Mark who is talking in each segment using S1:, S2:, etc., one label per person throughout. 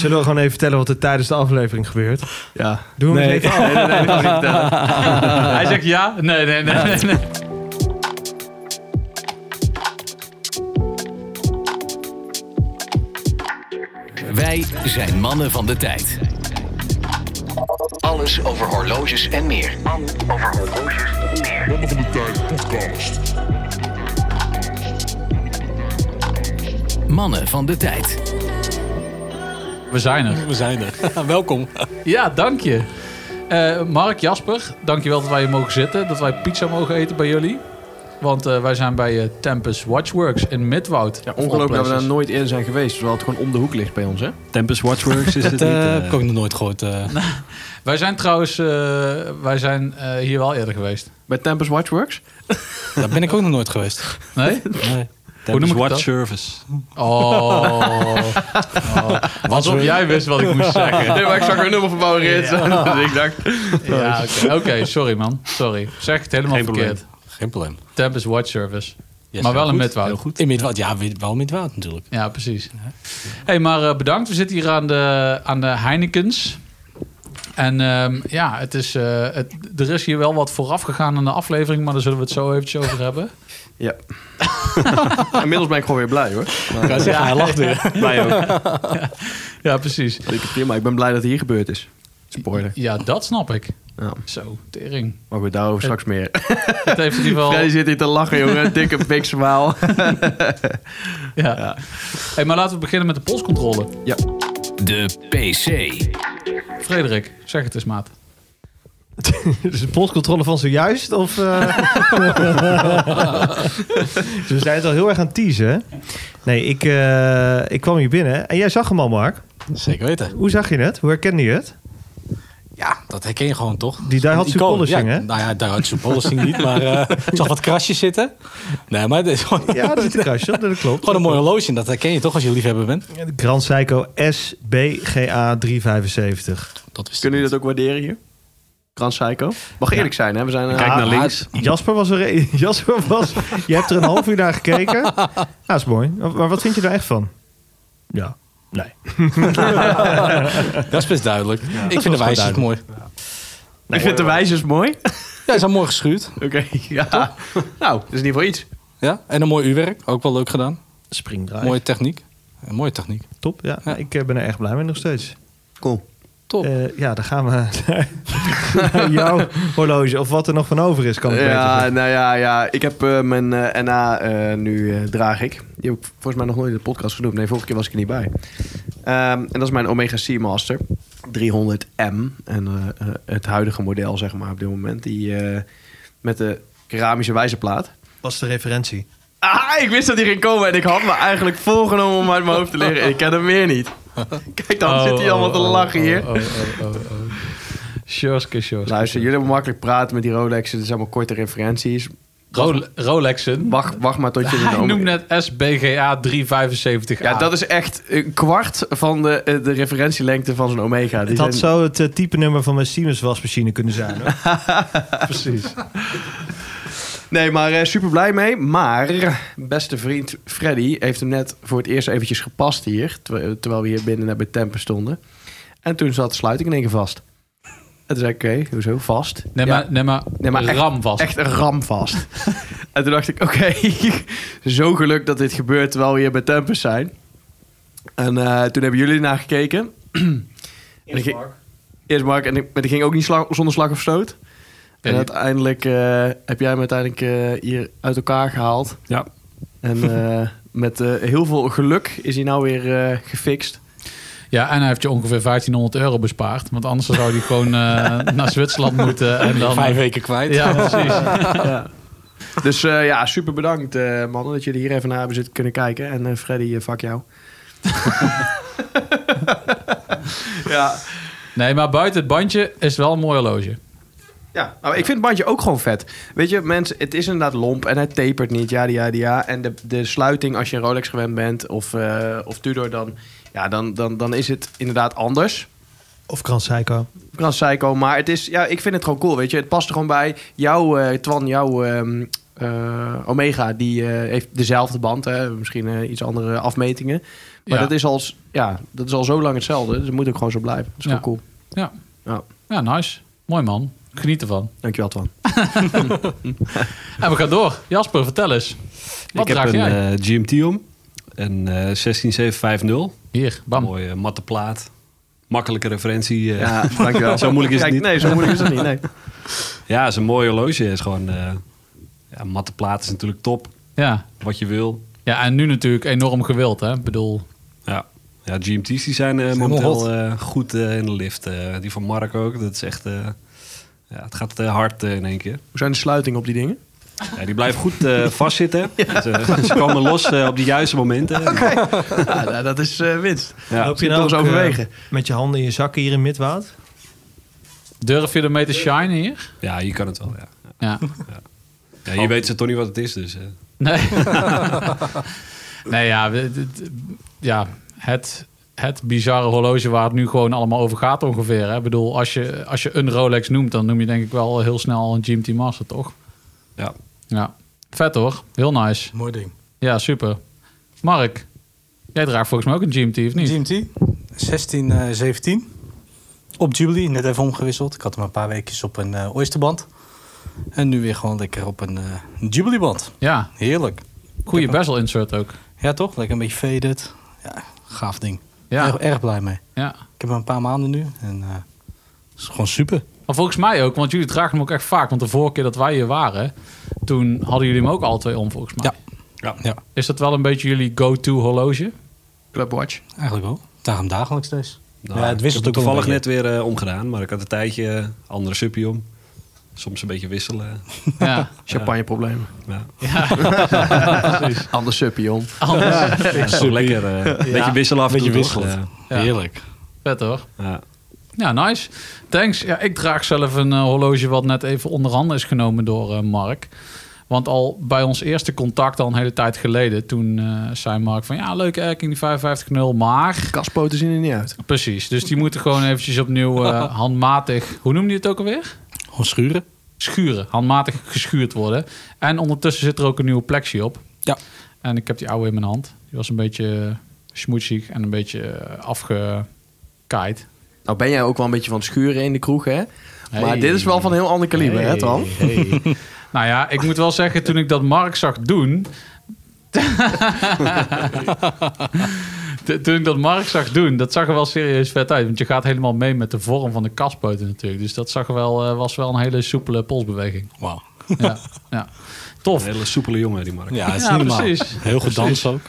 S1: Zullen we gewoon even vertellen wat er tijdens de aflevering gebeurt?
S2: Ja.
S1: Doen we
S2: nee.
S1: het even af.
S2: Nee, nee, nee, dat moet ik niet vertellen. Hij zegt ja. Nee, nee, nee. nee, nee.
S3: Wij zijn mannen van de tijd. Alles over horloges en meer. Mannen van de tijd.
S2: We zijn er.
S4: We zijn er. Welkom.
S2: Ja, dank je. Eh, Mark, Jasper, dankjewel dat wij hier mogen zitten. Dat wij pizza mogen eten bij jullie. Want eh, wij zijn bij eh, Tempus Watchworks in Midwoud.
S5: Ja, ongelooflijk dat we daar
S2: Places.
S5: nooit eerder zijn geweest, terwijl het gewoon om de hoek ligt bij ons, hè?
S6: Tempest Watchworks is het
S4: Dat
S6: niet.
S4: eh,
S6: eh.
S4: heb ik ook nog nooit gehoord. eh.
S2: Wij zijn trouwens eh, wij zijn, eh, hier wel eerder geweest.
S5: Bij Tempest Watchworks.
S4: daar ben ik ook nog nooit geweest.
S2: Nee?
S4: Nee.
S2: noem
S6: Tempest
S2: ik het
S6: Watch
S2: dan?
S6: Service.
S2: Oh. oh. Alsof jij wist wat ik moest zeggen.
S5: Nee, maar ik zag een nummer van Bauer dus ik dacht...
S2: Ja, oké, Oké, sorry man. Sorry. Zeg het helemaal
S6: Geen probleem.
S2: verkeerd.
S4: Geen probleem.
S2: Tempus Watch Service.
S4: Yes,
S2: maar wel in
S4: heel goed.
S2: Midwoud.
S4: Heel goed. In Midwoud. Ja, we- wel Midwoud natuurlijk.
S2: Ja, precies. hey, maar eh, bedankt. We zitten hier aan de, aan de Heinekens. En ehm, ja, het is, eh, het, er is hier wel wat vooraf gegaan aan de aflevering, maar daar zullen we het zo eventjes over hebben.
S5: Ja. Inmiddels ben ik gewoon weer blij, hoor. Maar, eh,
S4: Ja, hij lacht weer.
S5: blij ook.
S2: Ja, precies.
S5: Dikke prima, ik ben blij dat het hier gebeurd is. Spoiler.
S2: Ja, dat snap ik.
S5: Ja.
S2: Zo, tering.
S5: Maar goed, daarover straks meer.
S2: Het heeft in ieder geval...
S5: Freddy zit hier te lachen, jongen. Dikke big smile.
S2: Ja. Hey, maar laten we beginnen met de polscontrole.
S3: De PC.
S2: Frederik, zeg het eens, maat.
S1: Dus de postcontrole van zojuist? Of, eh? Dus we zijn het al heel erg aan het teasen. hè? Nee, ik, eh, ik kwam hier binnen en jij zag hem al, Mark.
S4: Zeker weten.
S1: Hoe zag je het? Hoe herkende je het?
S4: Ja, dat herken je gewoon toch?
S1: Die Daihatsu
S4: Icoon.
S1: Polishing,
S4: ja,
S1: hè?
S4: Nou ja, Daihatsu Polishing niet, maar eh, ik zag wat krasjes zitten. Nee, maar dit is gewoon,
S1: Ja, dat is een kruisje op, dat klopt.
S4: gewoon een mooi horloge. en Dat herken je toch als je liefhebber bent?
S1: Grand Seiko SBGA 375.
S4: Dat wist
S5: Kunnen
S4: ik
S5: jullie dat ook waarderen hier? Grand Psycho. Mag eerlijk zijn, hè? We zijn... eh,
S6: Kijk naar
S1: ah,
S6: links.
S1: Jasper was er... Jasper was... Je hebt er een half uur naar gekeken. Ja, dat is mooi. Maar wat vind je daar echt van? Ja. Nee.
S4: niet. Dat is best duidelijk. ik vind de
S1: wel
S4: wijzers mooi.
S5: ik vind de wijzers mooi.
S4: Ja, is al mooi geschuurd.
S5: Oké, ja. Nou, dat is in ieder geval iets.
S4: Ja, en een mooi uurwerk. Ook wel leuk gedaan.
S1: Springdraai.
S4: Mooie techniek. Een mooie techniek.
S1: Top, ja.
S4: Ja.
S1: Ik eh, ben er echt blij mee nog steeds.
S5: Cool.
S4: Top.
S1: Eh, ja, dan gaan we naar, naar jouw horloge. Of wat er nog van over is, kan ik
S5: Ja,
S1: weten.
S5: nou ja, ja. Ik heb eh, mijn eh, NA eh, nu eh, draag ik. Die heb ik volgens mij nog nooit in de podcast genoemd. Nee, vorige keer was ik er niet bij. Ehm, en dat is mijn Omega Seamaster 300M. En eh, eh, het huidige model, zeg maar, op dit moment. Die eh, met de keramische wijzerplaat.
S1: Was de referentie.
S5: Ah, ik wist dat die ging komen en ik had me eigenlijk voorgenomen om uit mijn hoofd te leren. En ik ken hem weer niet. Kijk dan, zit hij allemaal te lachen hier.
S2: Oh, oh, oh, oh, oh. Sjoske, sjoske.
S5: Luister, jullie hebben makkelijk praten met die Rolexen. Het zijn allemaal korte referenties.
S2: Role- Rolexen.
S5: Wacht, wacht maar tot je...
S2: Hij
S5: een-
S2: noemt net SBGA 375A.
S5: Ja, dat is echt een kwart van de, eh, de referentielengte van zo'n Omega. Die
S1: Het had
S5: zijn-
S1: zo het eh, type nummer van mijn Siemens wasmachine kunnen zijn. hoor.
S2: precies.
S5: Nee, maar eh, super blij mee. Maar beste vriend Freddy heeft hem net voor het eerst eventjes gepast hier. ter- eh, terwijl we hier binnen naar bij Tempen stonden. En toen zat de sluiting in één keer vast. En toen zei ik, oké, hoezo? Vast?
S2: Nee,
S5: Ja.
S2: maar, nee, maar,
S5: Nee, maar echt-
S2: ram vast.
S5: Echt een ram vast. en toen dacht ik, oké, zo geluk dat dit gebeurt terwijl we hier bij Tempus zijn. En eh, toen hebben jullie naar gekeken. En ik ging- Eerst Mark. En ik, maar die ging ook niet slag- zonder slag of stoot.
S2: Ja,
S5: en
S2: die-
S5: uiteindelijk eh, heb jij hem uiteindelijk eh, hier uit elkaar gehaald.
S6: Ja.
S5: En eh, met eh, heel veel geluk is hij nou weer eh, gefixt.
S2: Ja, en hij heeft je ongeveer 1500 euro bespaard. Want anders zou hij gewoon eh, naar Zwitserland moeten. En dan...
S5: eh,
S4: Vijf weken kwijt.
S2: Ja, precies.
S5: Dus eh, ja, super bedankt eh, mannen dat jullie hier even naar hebben zitten kunnen kijken. En eh, Freddy, eh, fuck jou. ja.
S2: Nee, maar buiten het bandje is het wel een mooi horloge.
S5: Ja, nou, ik vind het bandje ook gewoon vet. Weet je, mensen, het is inderdaad lomp en het tapert niet, ja, ja, ja. En de, de sluiting, als je een Rolex gewend bent of, eh, of Tudor, dan, ja, dan, dan, dan is het inderdaad anders.
S1: Of Grand Seiko.
S5: Grand Psycho, maar het is, ja, ik vind het gewoon cool, weet je. Het past er gewoon bij. Jouw, eh, Twan, jouw ehm, eh, Omega, die eh, heeft dezelfde band, hè? misschien eh, iets andere afmetingen. Maar
S2: Ja.
S5: dat, is al, s- ja, dat is al zo lang hetzelfde. Dus het moet ook gewoon zo blijven. Dat is
S2: Ja.
S5: gewoon cool.
S2: Ja.
S5: Ja.
S2: ja, nice. Mooi man. Geniet ervan.
S5: Dankjewel, Twan.
S2: En we gaan door. Jasper, vertel eens. Wat
S6: ik
S2: draag
S6: heb
S2: jij?
S6: een eh, GMT om. Een eh 16750.
S2: Hier, bam.
S6: Mooie matte plaat. Makkelijke referentie. eh. ja.
S5: Ja, dankjewel.
S6: Zo moeilijk is het
S5: Kijk,
S6: niet.
S5: Nee, zo moeilijk is het niet. Nee.
S6: is een mooi horloge. is gewoon... eh, ja, matte plaat is natuurlijk top.
S2: Ja.
S6: Wat je wil.
S2: ja, en nu natuurlijk enorm gewild, hè? Ik bedoel,
S6: Ja. Ja, GMT's die zijn eh,
S4: helemaal hot.
S6: momenteel eh, goed eh, in de lift. Eh, die van Mark ook. Dat is echt... eh, ja, het gaat eh, hard eh, in één keer.
S5: Hoe zijn de sluitingen op die dingen?
S6: Ja, die blijven goed eh, vastzitten. Ze, ze komen los eh, op de juiste momenten.
S5: Ja, nou, dat is eh, winst.
S6: Ja.
S1: Loop je
S5: moet
S1: nou
S5: toch
S1: ook,
S5: eens overwegen.
S1: eh, met je handen in je zakken hier in Midwaard?
S2: durf je ermee te shinen hier?
S6: ja, je kan het wel. Ja.
S2: Ja.
S6: Ja, je weet ze toch niet wat het is. Dus, eh.
S2: Nee. nee, ja. we- dit- ja het, het bizarre horloge waar het nu gewoon allemaal over gaat ongeveer. Hè? Ik bedoel, als je, als je een Rolex noemt, dan noem je denk ik wel heel snel een GMT Master, toch?
S6: ja.
S2: Ja. Vet hoor. Heel nice.
S4: Mooi ding.
S2: Ja, super. Mark, jij draagt volgens mij ook een GMT, of niet?
S4: GMT, 16, eh, 17. Op Jubilee, net even omgewisseld. Ik had hem een paar weekjes op een eh, oysterband. En nu weer gewoon lekker op een eh, Jubileeband.
S2: Ja,
S4: Heerlijk.
S2: goede
S4: Ik heb
S2: bezel insert ook.
S4: Ja, toch? Lekker een beetje faded. Ja, gaaf ding.
S2: Ja.
S4: Erg, erg blij mee.
S2: Ja.
S4: Ik heb hem een paar maanden nu. En eh, het is gewoon super.
S2: Maar volgens mij ook, want jullie dragen hem ook echt vaak. Want de vorige keer dat wij hier waren, toen hadden jullie hem ook alle twee om volgens mij.
S6: Ja.
S4: Ja,
S2: Is dat wel een beetje jullie go-to horloge?
S5: Clubwatch.
S4: eigenlijk wel. Daarom dagelijks dus.
S6: Nou,
S4: ja, het wisselt
S6: ik
S4: ook
S6: heb toevallig
S4: wel een
S6: net weer eh, omgedaan, maar ik had een tijdje eh, andere suppie om. Soms een beetje wisselen.
S2: Ja,
S5: Champagneproblemen.
S6: Ja.
S2: precies.
S5: Anders suppie, jong.
S2: Anders.
S6: Dat is toch lekker. eh, Een beetje wisselen af en
S4: beetje
S6: toe, toch?
S4: wisselen.
S2: net-
S4: Heerlijk.
S2: Vet hoor.
S6: Ja. Ja.
S2: Ja, nice. Thanks. Ja, ik draag zelf een eh, horloge wat net even onderhanden is genomen door eh, Mark. Want al bij ons eerste contact, al een hele tijd geleden, toen eh, zei Mark van ja, leuke erking die 55 maar...
S5: Kaspoten zien er niet uit.
S2: Precies, dus die moeten gewoon eventjes opnieuw eh, handmatig... Hoe noemde je het ook alweer?
S4: Gewoon schuren.
S2: Schuren, handmatig geschuurd worden. En ondertussen zit er ook een nieuwe plexie op.
S4: Ja.
S2: En ik heb die oude in mijn hand. Die was een beetje eh, smoetsig en een beetje eh, afgekaaid.
S5: Nou ben jij ook wel een beetje van het schuren in de kroeg, hè? Maar
S2: Hey.
S5: dit is wel van een heel ander kaliber, hè, Twan?
S2: Nou ja, ik moet wel zeggen, toen ik dat Mark zag doen. T- toen ik dat Mark zag doen, dat zag er wel serieus vet uit. Want je gaat helemaal mee met de vorm van de kaspoten natuurlijk. Dus dat zag er wel, eh, was wel een hele soepele polsbeweging.
S4: Wauw.
S2: Ja, ja.
S6: Een
S2: Tof.
S6: hele soepele jongen, die Mark.
S4: Ja, het is
S2: Ja,
S4: niet normaal.
S2: precies.
S4: Heel goed dans ook.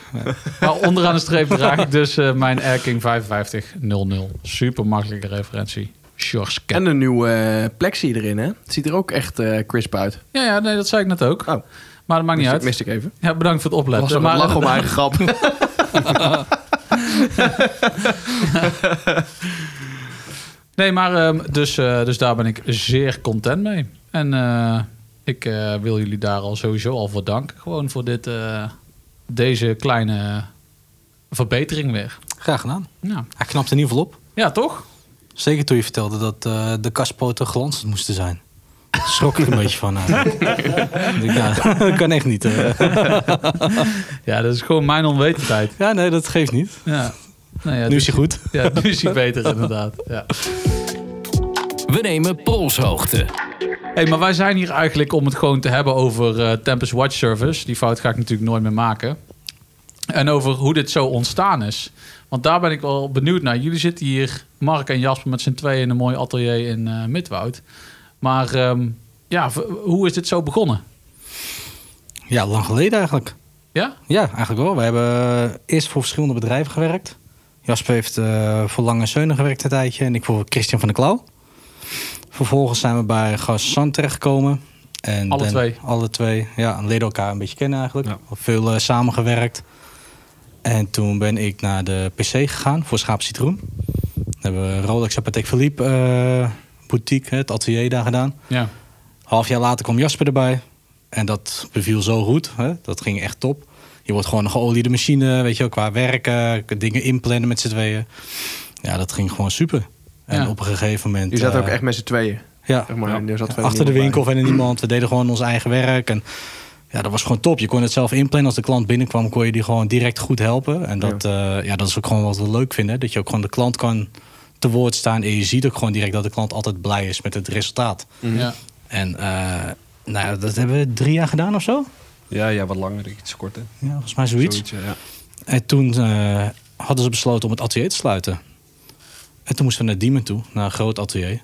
S2: Maar onderaan de streep draag ik dus eh, mijn Erking 5500. Super makkelijke referentie. George Cap.
S5: En een nieuwe eh, plexi erin, hè? Het ziet er ook echt eh, crisp uit.
S2: Ja, ja, nee, dat zei ik net ook.
S5: Oh.
S2: Maar dat maakt niet
S5: Mist-
S2: uit.
S5: Mist ik even.
S2: Ja, bedankt voor het
S5: Dat
S2: opletten.
S5: was ook een
S2: maar eh,
S5: lach om mijn eigen grap.
S2: Nee, maar ehm, dus, eh, dus daar ben ik zeer content mee. En eh, ik eh, wil jullie daar al sowieso al voor danken. Gewoon voor dit, eh, deze kleine verbetering weer.
S4: Graag gedaan.
S2: Ja,
S4: Hij knapt in ieder geval op.
S2: ja toch?
S4: Zeker toen je vertelde dat eh, de kaspoten glanzend moesten zijn. Daar Schrok ik een beetje van. eh. Ik denk, ja, dat kan echt niet. eh.
S2: Ja, dat is gewoon mijn onwetendheid.
S4: Ja, nee, dat geeft niet.
S2: Ja. Nou ja,
S4: Nu is hij goed.
S2: Ja, nu is hij beter inderdaad. Ja.
S3: We nemen polshoogte.
S2: Hey, maar wij zijn hier eigenlijk om het gewoon te hebben over eh, Tempest Watch Service. Die fout ga ik natuurlijk nooit meer maken. En over hoe dit zo ontstaan is. Want daar ben ik wel benieuwd naar. Jullie zitten hier, Mark en Jasper, met z'n tweeën in een mooi atelier in eh, Midwoud. Maar ehm, ja, v- hoe is dit zo begonnen?
S4: Ja, lang geleden eigenlijk.
S2: Ja?
S4: Ja, eigenlijk wel. We hebben eerst voor verschillende bedrijven gewerkt. Jasper heeft eh, voor Lange Zeunen gewerkt een tijdje en ik voor Christian van der Klauw. Vervolgens zijn we bij Gas San terechtgekomen. En
S2: Alle twee?
S4: Alle twee, ja. En leren elkaar een beetje kennen eigenlijk.
S6: Ja.
S4: Veel eh, samengewerkt. En toen ben ik naar de PC gegaan voor Schaap Citroen. Dan hebben we Rolex Apotheek Philippe eh, boutique, hè, het atelier daar gedaan.
S2: Ja.
S4: Half jaar later kwam Jasper erbij. En dat beviel zo goed. Hè? Dat ging echt top. Je wordt gewoon een geoliede machine, weet je wel, qua werken, dingen inplannen met z'n tweeën. Ja, dat ging gewoon super. En
S2: Ja.
S4: op een gegeven moment.
S5: Je zat ook
S4: eh,
S5: echt met z'n tweeën.
S4: ja,
S5: Zeg maar, en er zat verder
S4: achter de
S5: niemand
S4: winkel en niemand. We deden gewoon ons eigen werk. En Ja, dat was gewoon top. Je kon het zelf inplannen. Als de klant binnenkwam, kon je die gewoon direct goed helpen. En dat, ja. ja, dat is ook gewoon wat we leuk vinden. hè. Dat je ook gewoon de klant kan te woord staan. En je ziet ook gewoon direct dat de klant altijd blij is met het resultaat.
S5: Mhm.
S2: Ja.
S4: En eh, nou, ja, dat hebben we drie jaar gedaan of zo.
S6: Ja, ja, wat langer, iets korter.
S4: Ja, volgens mij zoiets.
S6: Zoiets, ja, ja.
S4: En toen eh, hadden ze besloten om het atelier te sluiten. En toen moesten we naar Diemen toe, naar een groot atelier.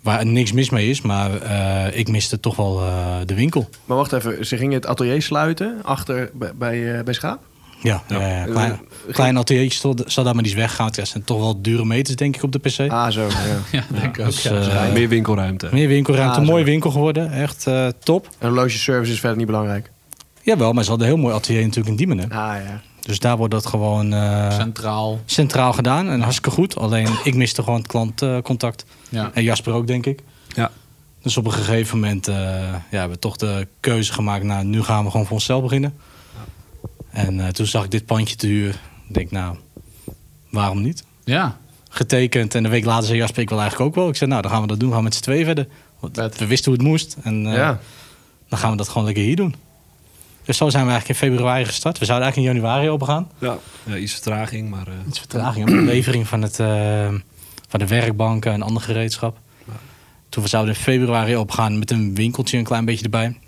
S4: Waar niks mis mee is, maar eh, ik miste toch wel eh, de winkel.
S5: Maar wacht even, ze gingen het atelier sluiten achter bij, bij, eh, bij Schaap?
S4: Ja, ja. ja, klein, klein atelier stond, zat daar, maar die is weggehaald. Ja, het zijn toch wel dure meters, denk ik, op de PC.
S5: Ah, zo. Ja.
S2: Ja, denk ik ook.
S4: Dus,
S2: ja.
S4: eh,
S6: Meer winkelruimte.
S4: meer winkelruimte,
S5: Ah, zo.
S4: mooie winkel geworden. Echt eh, top.
S5: En logeservice is verder niet belangrijk.
S4: Jawel, maar ze hadden een heel mooi atelier natuurlijk in Diemen. hè.
S5: Ah ja.
S4: Dus daar wordt dat gewoon eh,
S2: Centraal.
S4: centraal gedaan. En hartstikke goed. Alleen ik miste gewoon het klantcontact.
S2: Ja.
S4: En Jasper ook, denk ik.
S6: Ja.
S4: Dus op een gegeven moment eh, ja, hebben we toch de keuze gemaakt. Nou, nu gaan we gewoon voor onszelf beginnen. En eh, toen zag ik dit pandje te huur. Ik denk, nou, waarom niet?
S2: Ja.
S4: Getekend. En een week later zei Jasper, ik wil eigenlijk ook wel. Ik zei, nou, dan gaan we dat doen. We gaan met z'n tweeën verder. Want
S2: Vet.
S4: we wisten hoe het moest. En eh,
S5: ja.
S4: dan gaan we dat gewoon lekker hier doen. Dus zo zijn we eigenlijk in februari gestart. We zouden eigenlijk in januari opengaan.
S6: Ja. ja, iets vertraging, maar... eh,
S4: Iets vertraging op de levering van, het, eh, van de werkbanken en ander gereedschap. Toen we zouden in februari opgaan met een winkeltje een klein beetje erbij.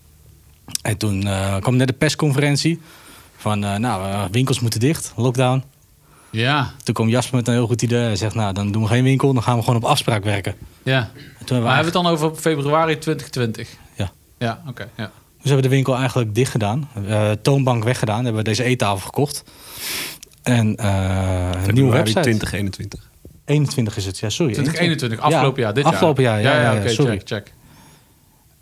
S4: En toen eh, kwam net de persconferentie van, eh, nou, eh, winkels moeten dicht, lockdown.
S2: Ja.
S4: Toen kwam Jasper met een heel goed idee. Hij zegt, nou, dan doen we geen winkel, dan gaan we gewoon op afspraak werken.
S2: Ja.
S4: En toen hebben we,
S2: Maar hebben
S4: eigenlijk-
S2: we het dan over februari 2020?
S4: Ja.
S2: Ja, oké. Ja.
S4: dus hebben we de winkel eigenlijk dicht gedaan. Eh, toonbank weggedaan, hebben we deze eettafel gekocht. En eh, een nieuwe
S6: februari
S4: website.
S6: 2021.
S4: 21 is het, ja, sorry.
S2: 2021,
S4: Ja,
S2: afgelopen jaar, dit jaar.
S4: Afgelopen jaar, ja, ja,
S2: oké,
S4: sorry.
S2: check, check.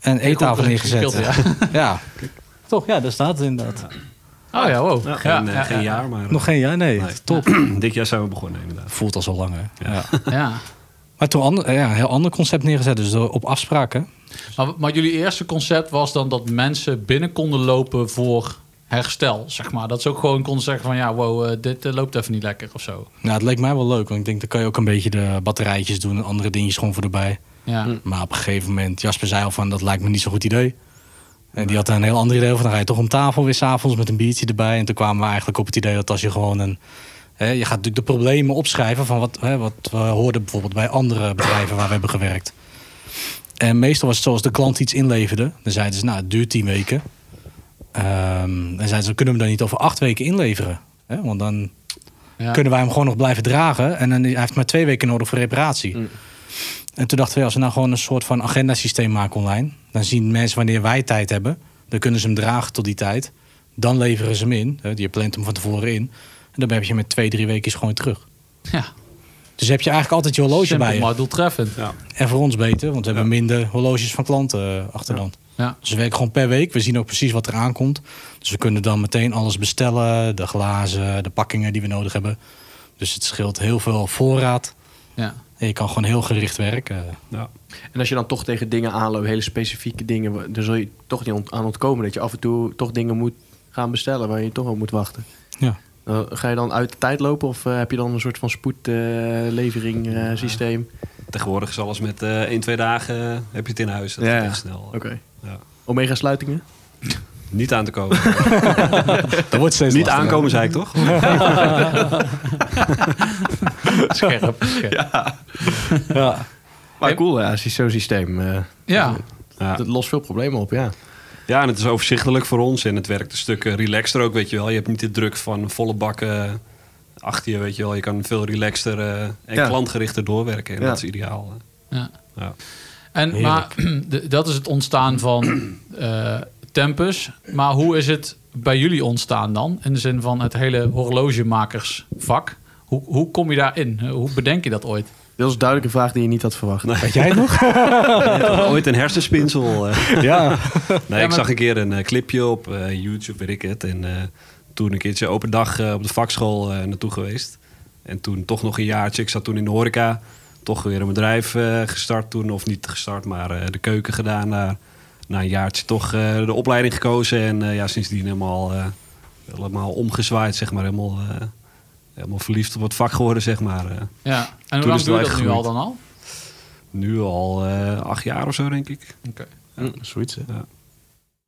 S4: En eettafel
S2: goed, dat is
S4: neergezet.
S2: verschil,
S4: Ja. Toch, ja, daar staat het inderdaad.
S2: Oh ja, wow.
S6: Nou, geen,
S2: ja,
S6: eh,
S2: ja,
S6: geen
S2: ja.
S6: jaar, maar...
S4: Nog geen jaar, nee.
S6: Nee.
S4: Top.
S6: Dit jaar zijn we begonnen, inderdaad.
S4: Voelt al zo lang, hè? Ja.
S2: Ja.
S4: Maar toen ander, ja, een heel ander concept neergezet, dus door- op afspraken.
S2: Maar, maar jullie eerste concept was dan dat mensen binnen konden lopen voor herstel, zeg maar. Dat ze ook gewoon konden zeggen van ja, wow, eh, dit eh, loopt even niet lekker of zo.
S4: Nou, het leek mij wel leuk, want ik denk, dan kan je ook een beetje de batterijtjes doen en andere dingetjes gewoon voor erbij.
S2: Ja.
S4: Maar op een gegeven moment, Jasper zei al van, dat lijkt me niet zo'n goed idee. En die had daar een heel ander idee over. Dan ga je toch om tafel weer s'avonds met een biertje erbij. En toen kwamen we eigenlijk op het idee dat als je gewoon een... Hè, je gaat natuurlijk de problemen opschrijven van wat, hè, wat we hoorden bijvoorbeeld bij andere bedrijven waar we hebben gewerkt. En meestal was het zoals de klant iets inleverde. Dan zeiden ze, nou, het duurt tien weken. Ehm dan zeiden ze, kunnen we hem dan niet over acht weken inleveren? Hè, want dan
S2: Ja.
S4: kunnen wij hem gewoon nog blijven dragen. En dan, hij heeft maar twee weken nodig voor reparatie.
S2: Mm.
S4: En toen dachten we, als we nou gewoon een soort van agendasysteem maken online... dan zien mensen wanneer wij tijd hebben. Dan kunnen ze hem dragen tot die tijd. Dan leveren ze hem in. hè, Je plant hem van tevoren in. En dan heb je hem met twee, drie weken gewoon terug.
S2: ja.
S4: Dus heb je eigenlijk altijd je horloge
S2: Simpel,
S4: bij je.
S2: maar doeltreffend. Ja.
S4: En voor ons beter, want we hebben minder horloges van klanten eh, achter dan.
S2: Ja.
S4: Dus we werken gewoon per week. We zien ook precies wat er aankomt. Dus we kunnen dan meteen alles bestellen. De glazen, de pakkingen die we nodig hebben. Dus het scheelt heel veel voorraad. En je kan gewoon heel gericht werken.
S6: Ja.
S5: En als je dan toch tegen dingen aanloopt, hele specifieke dingen, dan zul je toch niet ont- aan ontkomen dat je af en toe toch dingen moet gaan bestellen waar je toch op moet wachten.
S4: Ja.
S5: Eh, ga je dan uit de tijd lopen of eh, heb je dan een soort van spoedlevering eh, systeem?
S6: Tegenwoordig is alles met eh één, twee dagen eh, heb je het in huis. Dat
S5: Ja,
S6: ja,
S5: ja.
S6: echt snel.
S5: Oké.
S6: Ja.
S5: Omega sluitingen?
S6: Niet aan te komen.
S4: Dat wordt steeds
S6: Niet aankomen, zei ik toch?
S2: Scherp. scherp. Ja.
S4: Ja.
S5: Maar cool, ja, sy- zo'n systeem. eh,
S6: Ja.
S5: Dat lost veel problemen op, ja.
S6: ja, en het is overzichtelijk voor ons. En het werkt een stuk eh, relaxter ook, weet je wel. Je hebt niet de druk van volle bakken eh, achter je, weet je wel. Je kan veel relaxter eh, en
S5: Ja.
S6: klantgerichter doorwerken. En
S5: Ja.
S6: dat is ideaal. eh.
S2: Ja.
S6: Ja.
S2: En, maar de- dat is het ontstaan van eh, Tempus. Maar hoe is het bij jullie ontstaan dan? In de zin van het hele horlogemakersvak. Hoe, hoe kom je daarin? Hoe bedenk je dat ooit?
S5: Dat is duidelijk een vraag die je niet had verwacht.
S4: Weet jij het nog?
S6: Ooit een hersenspinsel. eh.
S4: ja.
S6: Nee,
S2: maar-
S6: ik zag een keer een eh, clipje op eh, YouTube, weet ik het. En eh, toen een keertje open dag eh, op de vakschool eh, naartoe geweest. En toen toch nog een jaartje. Ik zat toen in de horeca. Toch weer een bedrijf eh, gestart toen. Of niet gestart, maar eh, de keuken gedaan. Daar. Na een jaartje toch eh, de opleiding gekozen. En eh, ja, sindsdien helemaal, eh, helemaal omgezwaaid, zeg maar. Helemaal, eh, helemaal verliefd op het vak geworden, zeg maar. eh.
S2: Ja. En hoe
S6: Toen is
S2: lang
S6: het
S2: doe je dat
S6: wel echt
S2: nu al
S6: gegroeid.
S2: dan al?
S6: nu al eh, acht jaar of zo, denk ik.
S2: Oké.
S5: Zoiets, hè?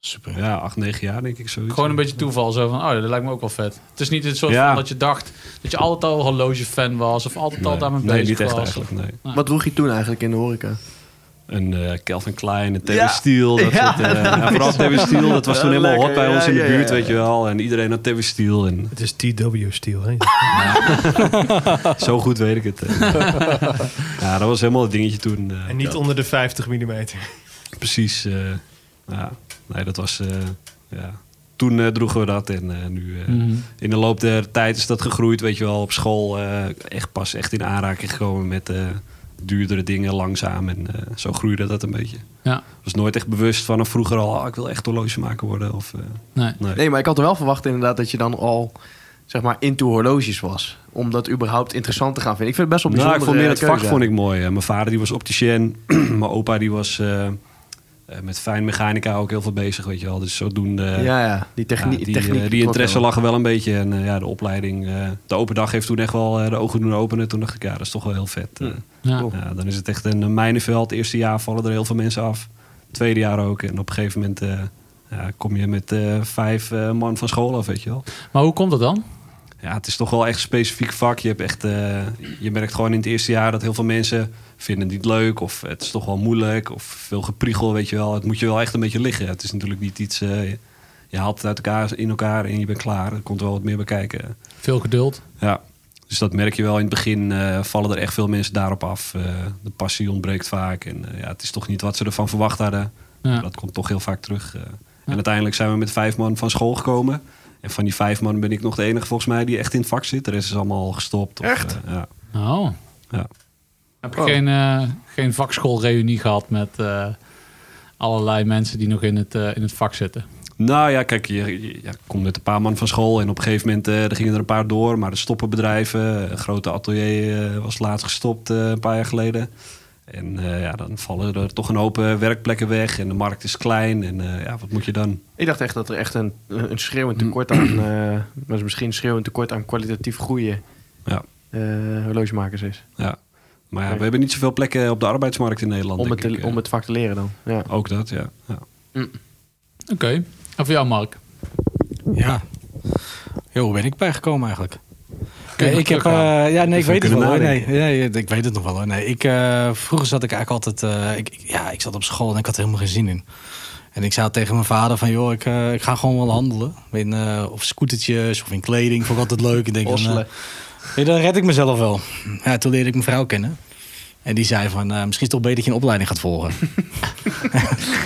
S4: Super.
S6: Ja, acht, negen jaar denk ik zoiets.
S2: Gewoon een beetje toeval. Zo van, oh, dat lijkt me ook wel vet. Het is niet het soort
S6: Ja.
S2: van dat je dacht dat je altijd al horlogefan was. Of altijd al daarmee
S6: Nee,
S2: bezig
S6: niet echt
S2: was.
S6: eigenlijk, nee.
S5: Wat droeg je toen eigenlijk in de horeca?
S6: Een eh, Calvin Klein, een
S5: Ja.
S6: Tebe Steel. Dat
S5: Ja.
S6: soort, eh, ja, vooral Tebe Steel, dat was toen
S5: Ja,
S6: helemaal hot
S5: lekker.
S6: bij
S5: Ja,
S6: ons in de
S5: ja,
S6: buurt,
S5: ja,
S6: weet je wel. En iedereen had Tebe Steel en
S1: Het is TW Steel. Hè?
S6: zo goed weet ik het. eh. ja, dat was helemaal het dingetje toen. eh,
S1: En niet
S6: ja,
S1: onder de 50 mm.
S6: Precies, eh, ja. Nee, dat was... eh, ja. Toen eh, droegen we dat en eh, nu... eh,
S2: Mhm.
S6: In de loop der tijd is dat gegroeid, weet je wel. Op school eh, echt pas echt in aanraking gekomen met eh, duurdere dingen langzaam. En eh, zo groeide dat een beetje.
S2: Ja,
S6: was nooit echt bewust van een vroeger al, ah, ik wil echt horlogemaker worden. Of, eh,
S2: nee.
S6: nee.
S5: Nee, maar ik had er wel verwacht inderdaad dat je dan al zeg maar into horloges was. Om dat überhaupt interessant te gaan vinden. Ik vind het best wel
S6: Nou, ik
S5: bijzonder.
S6: vond meer het vak vond ik mooi. Eh, Mijn vader die was opticien. Mijn opa die was eh, eh, met fijnmechanica ook heel veel bezig, weet je wel. Dus zodoende... eh,
S5: Ja, ja, die technie-
S6: ja,
S5: techniek.
S6: die, eh,
S5: trok
S6: die
S5: wel.
S6: interesse lag er wel een beetje. En eh, ja, de opleiding, eh, de open dag heeft toen echt wel eh, de ogen doen openen. Toen dacht ik, ja, dat is toch wel heel vet.
S5: Hm,
S6: eh.
S2: Ja.
S6: Ja, dan is het echt een mijnenveld. Eerste jaar vallen er heel veel mensen af. Tweede jaar ook. En op een gegeven moment eh, ja, kom je met eh, vijf eh, man van school af, weet je wel.
S2: Maar hoe komt dat dan?
S6: Ja, het is toch wel echt een specifiek vak. Je, hebt echt, eh, je merkt gewoon in het eerste jaar dat heel veel mensen vinden het niet leuk. Of het is toch wel moeilijk. Of veel gepriegel, weet je wel. Het moet je wel echt een beetje liggen. Het is natuurlijk niet iets... eh, je- je haalt het uit elkaar, in elkaar en je bent klaar. Er komt wel wat meer bij kijken.
S2: Veel geduld.
S6: Ja, dus dat merk je wel. In het begin eh, vallen er echt veel mensen daarop af. Eh, de passie ontbreekt vaak. En eh, ja, het is toch niet wat ze ervan verwacht hadden.
S2: Ja.
S6: Dat komt toch heel vaak terug. eh. En uiteindelijk zijn we met vijf man van school gekomen. En van die vijf man ben ik nog de enige volgens mij die echt in het vak zit. De rest is allemaal al gestopt. Of,
S5: Echt?
S6: eh, ja.
S2: Oh.
S6: Ja.
S2: Heb je geen, eh, geen vakschoolreunie gehad met eh, allerlei mensen die nog in het, eh, in het vak zitten?
S6: Nou ja, kijk, je, je- ja, ik kom met een paar man van school. En op een gegeven moment eh, er gingen er een paar door. Maar er stoppen bedrijven. Een grote atelier eh, was laatst gestopt eh, een paar jaar geleden. En eh, ja, dan vallen er toch een hoop eh, werkplekken weg. En de markt is klein. En eh, ja, wat moet je dan?
S5: Ik dacht echt dat er echt een, een schreeuwend tekort aan, eh, maar misschien een schreeuwend tekort aan kwalitatief goede
S6: Ja,
S5: eh, horlogemakers is.
S6: ja. Maar ja, we hebben niet zoveel plekken op de arbeidsmarkt in Nederland.
S5: Om het,
S6: denk
S5: te-
S6: ik, eh.
S5: om het vak te leren dan. Ja.
S6: Ook dat, ja. ja.
S2: Oké. En voor jou, Mark?
S4: Ja. Jo, hoe ben ik bijgekomen eigenlijk?
S2: Kun je
S4: Nee, ik
S2: nog
S4: heb, eh, ja, nee, ik weet het
S6: kunnen
S4: wel. hoor. Nee,
S6: nadenken.
S4: nee, ik weet het nog wel. Hoor. Nee, ik, eh, vroeger zat ik eigenlijk altijd, eh, ik, ik- ja, ik zat op school en ik had er helemaal geen zin in. En ik zei tegen mijn vader van, joh, ik, eh, ik ga gewoon wel handelen. In, eh, of scootertjes of in kleding, vond ik altijd leuk. Ik denk, dan, eh,
S5: Osselen.
S4: weet je, dan red ik mezelf wel. Ja, toen leerde ik mijn vrouw kennen. En die zei van, eh, misschien is het toch beter dat je een opleiding gaat volgen.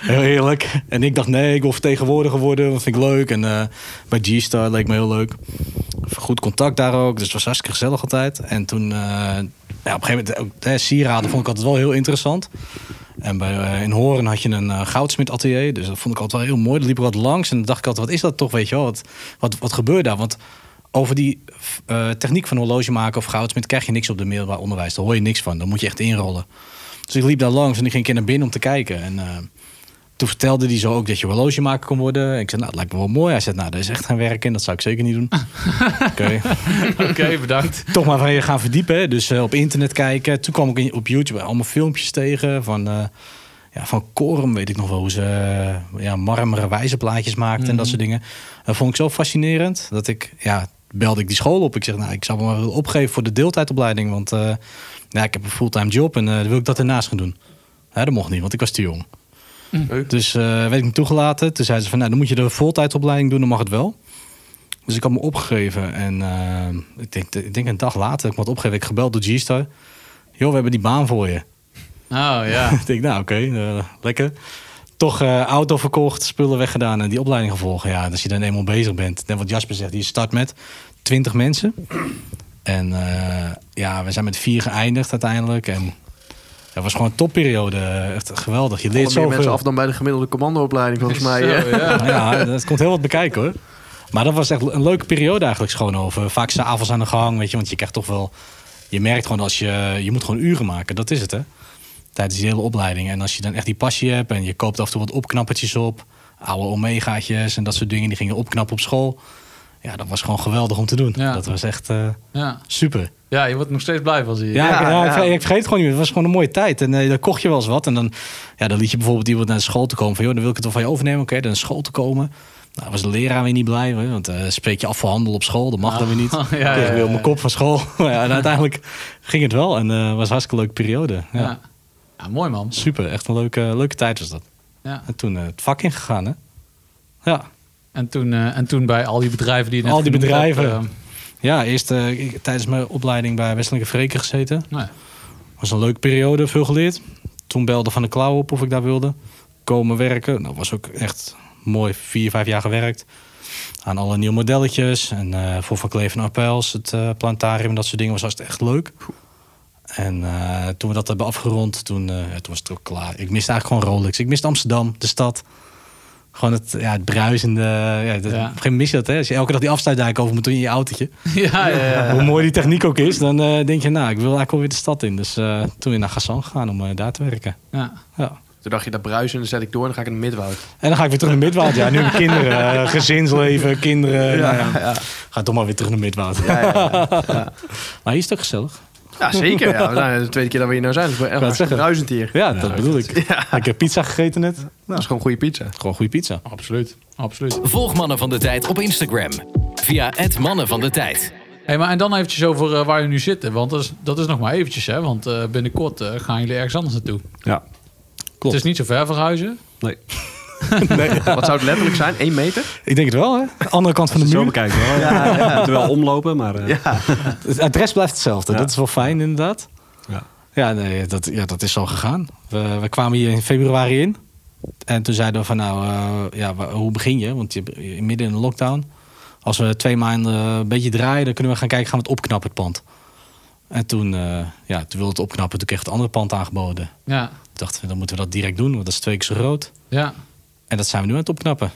S4: heel eerlijk. En ik dacht, nee, ik wil vertegenwoordiger worden, want vind ik leuk. En eh, bij G-Star leek me heel leuk. Goed contact daar ook, dus het was hartstikke gezellig altijd. En toen, eh, ja, op een gegeven moment, eh, ook, hè, sieraden vond ik altijd wel heel interessant. En bij, eh, in Horen had je een eh, goudsmidatelier, dus dat vond ik altijd wel heel mooi. Er liep er wat langs en dan dacht ik altijd, wat is dat toch, weet je wel? Wat, wat, wat gebeurt daar? Want over die eh, techniek van horloge maken of goudsmid krijg je niks op de middelbaar onderwijs. Daar hoor je niks van, dan moet je echt inrollen. Dus ik liep daar langs en ik ging een keer naar binnen om te kijken. En eh, toen vertelde hij zo ook dat je horlogemaker kon worden. En ik zei, nou, dat lijkt me wel mooi. Hij zei, nou, daar is echt geen werk in. Dat zou ik zeker niet doen. Oké.
S2: Oké, bedankt.
S4: Toch maar van je gaan verdiepen. hè. Dus eh, op internet kijken. Toen kwam ik in- op YouTube allemaal filmpjes tegen van... eh, ja, van Korum weet ik nog wel hoe ze eh, ja, marmeren wijzerplaatjes maakten en dat soort dingen. Dat vond ik zo fascinerend dat ik, ja, belde ik die school op. Ik zeg, nou, ik zou me maar willen opgeven voor de deeltijdopleiding, want eh, nou, ik heb een fulltime job en eh, wil ik dat ernaast gaan doen. Ja, dat mocht niet, want ik was te jong. Dus eh, werd ik niet toegelaten. Toen zeiden ze van, nou, dan moet je de voltijdopleiding doen, dan mag het wel. Dus ik had me opgegeven en eh, ik, denk, ik denk een dag later, dat ik me had opgegeven, ik gebeld door G-Star. Joh, we hebben die baan voor je.
S2: Oh ja.
S4: Ik denk, nou oké, eh, lekker. Toch eh, auto verkocht, spullen weggedaan en die opleiding gevolgen. Ja, en als je dan eenmaal bezig bent. Net wat Jasper zegt, je start met 20 mensen. En eh, ja, we zijn met vier geëindigd uiteindelijk. En dat was gewoon een topperiode. eh, Echt geweldig. Je
S5: Vallen
S4: leert
S5: meer mensen
S4: zoveel.
S5: af dan bij de gemiddelde commandoopleiding volgens mij.
S2: Zo,
S5: eh.
S2: ja.
S4: Ja, dat komt heel wat bekijken hoor. Maar dat was echt een leuke periode eigenlijk schoon over. Vaak s'avonds aan de gang, weet je. Want je krijgt toch wel... Je merkt gewoon als je... Je moet gewoon uren maken, dat is het hè. Tijdens die hele opleiding. En als je dan echt die passie hebt en je koopt af en toe wat opknappertjes op. Oude omegaatjes en dat soort dingen. Die gingen opknappen op school. Ja, dat was gewoon geweldig om te doen.
S2: Ja.
S4: Dat was echt eh,
S2: Ja.
S4: super.
S2: ja, je wordt nog steeds blij van zie je.
S4: Ja, ik- ja,
S5: ja.
S4: Ik, ver- ik vergeet het gewoon niet meer. Het was gewoon een mooie tijd. En eh, dan kocht je wel eens wat. En dan, ja, dan liet je bijvoorbeeld iemand naar de school te komen. Van, joh, dan wil ik het wel van je overnemen. Oké, dan naar school te komen. Nou, was de leraar weer niet blij. hè, Want eh, spreek je af voor handel op school. Dat mag dan weer niet.
S2: Ja,
S4: Ja,
S2: ja,
S4: ik
S2: ja,
S4: wil mijn kop van school. Maar ja, en uiteindelijk ging het wel. En eh, was een hartstikke leuke periode. Ja.
S2: Ja. Ja, mooi man.
S4: Super. Echt een leuke, leuke tijd was dat.
S2: Ja.
S4: En toen eh, het vak ingegaan, hè? Ja.
S2: En, toen, eh, en toen bij al die bedrijven die je net
S4: Al die
S2: genoemd
S4: bedrijven.
S2: hebt, eh,
S4: Ja, eerst eh, ik- tijdens mijn opleiding bij Westelijke Vreken gezeten.
S2: eh, nou ja.
S4: Was een leuke periode, veel geleerd. Toen belde Van de Klauw op of ik daar wilde komen werken. Nou, was ook echt mooi, vier, vijf jaar gewerkt. Aan alle nieuwe modelletjes en eh, voor Van Kleef en Appels, het eh, planetarium en dat soort dingen. Was echt echt leuk. En eh, toen we dat hebben afgerond, toen, eh, ja, toen was het ook klaar. Ik miste eigenlijk gewoon Rolex. Ik miste Amsterdam, de stad. Gewoon het, ja, het bruisende. Ja, dat,
S2: Ja.
S4: Op een gegeven moment mis je dat, hè? Als je elke dag die afsluitdijk over moet doen in je autootje.
S2: ja, ja, ja.
S4: Hoe mooi die techniek ook is, dan eh, denk je, nou, ik wil eigenlijk alweer de stad in. Dus eh, toen weer naar Gassan gegaan om eh, daar te werken.
S2: ja.
S4: Ja.
S5: Toen dacht je, dat bruisen, dan zet ik door en dan ga ik in het midwoud.
S4: En dan ga ik weer terug naar Midwoud. Ja, nu mijn kinderen, eh, gezinsleven, kinderen. nou Ja, Ga toch maar weer terug naar Midwoud.
S5: Ja, ja, ja.
S4: Maar hier is toch gezellig?
S5: Ja, zeker. Ja. We zijn de tweede keer dat we hier nou zijn. Het is
S4: wou het
S5: echt
S4: zeggen.
S5: bruisend hier.
S4: Ja, dat bedoel ik. Ik heb pizza gegeten net.
S5: Dat is gewoon goede pizza.
S4: Gewoon goede pizza.
S2: Absoluut. Absoluut.
S3: Volg Mannen van de Tijd op Instagram. Via het Mannen van de Tijd.
S2: Hey, maar en dan eventjes over eh, waar jullie nu zitten. Want dat is, dat is nog maar eventjes, hè? Want eh, binnenkort eh, gaan jullie ergens anders naartoe.
S6: Ja.
S2: Het is niet zo ver verhuizen.
S6: Nee.
S5: Wat zou het letterlijk zijn? 1 meter?
S4: Ik denk het wel, hè? Andere kant van de
S6: Zo
S4: muur.
S6: bekijken. wel. Ja, ja. Moet er wel omlopen, maar eh,
S4: Het adres blijft hetzelfde.
S6: Ja.
S4: Dat is wel fijn, inderdaad.
S6: Ja.
S4: Ja, nee, dat, ja, dat is zo gegaan. We, we kwamen hier in februari in. En toen zeiden we van, nou, eh, ja, wa- hoe begin je? Want je, je- midden in de lockdown. Als we twee maanden eh, een beetje draaien, dan kunnen we gaan kijken, gaan we het opknappen, het pand. En toen, eh, ja, toen wilde het opknappen, toen kreeg het andere pand aangeboden. Toen
S2: Ja.
S4: dachten we, dan moeten we dat direct doen, want dat is twee keer zo groot.
S2: Ja.
S4: En dat zijn we nu aan het opknappen.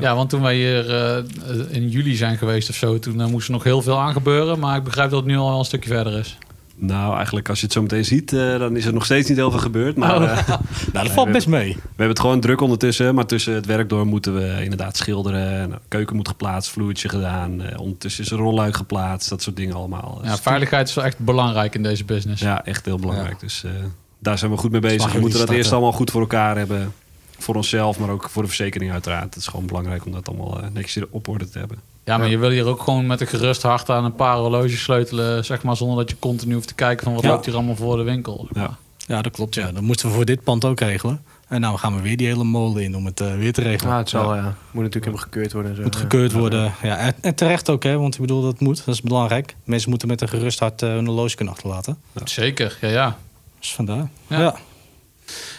S2: Ja, want toen wij hier eh, in juli zijn geweest of zo, toen eh, moest er nog heel veel aan gebeuren. Maar ik begrijp dat het nu al wel een stukje verder is.
S6: nou, eigenlijk als je het zo meteen ziet, eh, dan is er nog steeds niet heel veel gebeurd. Maar eh,
S4: Nou, dat valt best mee.
S6: we hebben het gewoon druk ondertussen. Maar tussen het werk door moeten we inderdaad schilderen. Nou, keuken moet geplaatst, vloertje gedaan. eh, ondertussen is een rolluik geplaatst, dat soort dingen allemaal.
S2: Ja,
S6: Dus-
S2: veiligheid is wel echt belangrijk in deze business.
S6: Ja, echt heel belangrijk. Dus eh, daar zijn we goed mee
S4: mag
S6: bezig. We
S4: jullie
S6: moeten dat
S4: starten.
S6: eerst allemaal goed voor elkaar hebben. Voor onszelf, maar ook voor de verzekering uiteraard. Het is gewoon belangrijk om dat allemaal eh, netjes op orde te hebben.
S2: Ja, maar je wil hier ook gewoon met een gerust hart aan een paar horloges sleutelen, zeg maar, zonder dat je continu hoeft te kijken van wat
S4: Ja.
S2: loopt hier allemaal voor de winkel.
S6: Ja.
S4: Ja, dat klopt. Ja. Dat moesten we voor dit pand ook regelen. En nou gaan we weer die hele molen in om het eh, weer te regelen.
S5: Ja, het zal, ja. Moet natuurlijk hebben gekeurd worden. En zo.
S4: Moet
S5: ja.
S4: gekeurd worden. Ja, en, en terecht ook, hè, want ik bedoel, dat moet. Dat is belangrijk. Mensen moeten met een gerust hart eh, hun horloge kunnen achterlaten.
S2: Zeker, ja, ja.
S4: Dus vandaar.
S2: Ja.
S4: Ja.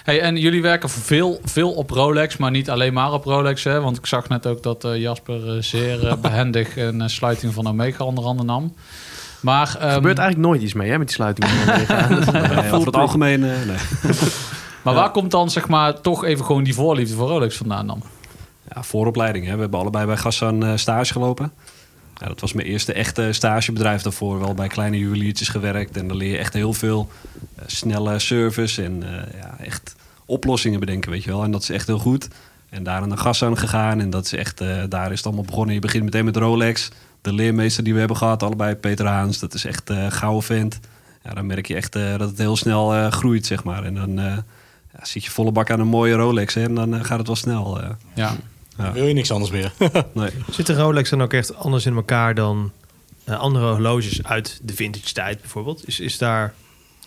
S2: Hey, en jullie werken veel, veel op Rolex, maar niet alleen maar op Rolex. Hè? Want ik zag net ook dat eh, Jasper eh, zeer eh, behendig een eh, sluiting van Omega onder handen nam. Maar ehm,
S5: Er gebeurt eigenlijk nooit iets mee, hè, met die sluiting. van Amerika.
S6: Eh, over het algemeen, eh, nee.
S2: Maar waar komt dan zeg maar toch even gewoon die voorliefde voor Rolex vandaan dan?
S6: Ja, vooropleiding. Hè. We hebben allebei bij Gassan eh, stage gelopen. Ja, dat was mijn eerste echte stagebedrijf daarvoor. Wel bij kleine juweliertjes gewerkt. En dan leer je echt heel veel eh, snelle service en eh, ja, echt oplossingen bedenken, weet je wel. En dat is echt heel goed. En daarna naar Gassan gegaan. En dat is echt, eh, daar is het allemaal begonnen. Je begint meteen met Rolex. De leermeester die we hebben gehad, allebei Peter Haans. Dat is echt eh gouden vent. Ja, dan merk je echt eh, dat het heel snel eh, groeit, zeg maar. En dan eh, ja, zit je volle bak aan een mooie Rolex. Hè, en dan eh, gaat het wel snel. eh.
S2: Ja,
S4: Wil je niks anders meer?
S6: Nee.
S1: Zit de Rolex dan ook echt anders in elkaar dan eh, andere horloges uit de vintage tijd bijvoorbeeld? Is, is daar,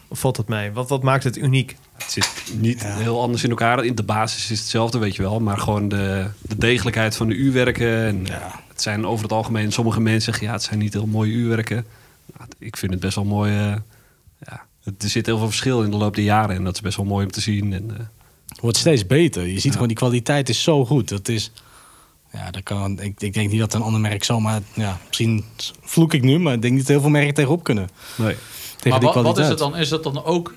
S1: of valt dat mee? Wat, wat maakt het uniek?
S6: Het zit niet heel anders in elkaar. In de basis is hetzelfde, weet je wel. Maar gewoon de, de degelijkheid van de uurwerken. En
S4: Ja.
S6: Het zijn over het algemeen, sommige mensen zeggen... ja, het zijn niet heel mooie uurwerken. Nou, ik vind het best wel mooi. eh, ja. het, er zit heel veel verschil in de loop der jaren. En dat is best wel mooi om te zien. En, eh,
S4: Het wordt steeds beter. Je ziet gewoon, die kwaliteit is zo goed. Dat is... Ja, dat kan, ik, ik denk niet dat een ander merk zomaar... Ja, misschien vloek ik nu, maar ik denk niet dat heel veel merken tegenop kunnen.
S6: nee.
S4: Tegen
S2: maar
S4: die
S2: wat, wat is
S4: kwaliteit.
S2: het dan? Is dat dan ook,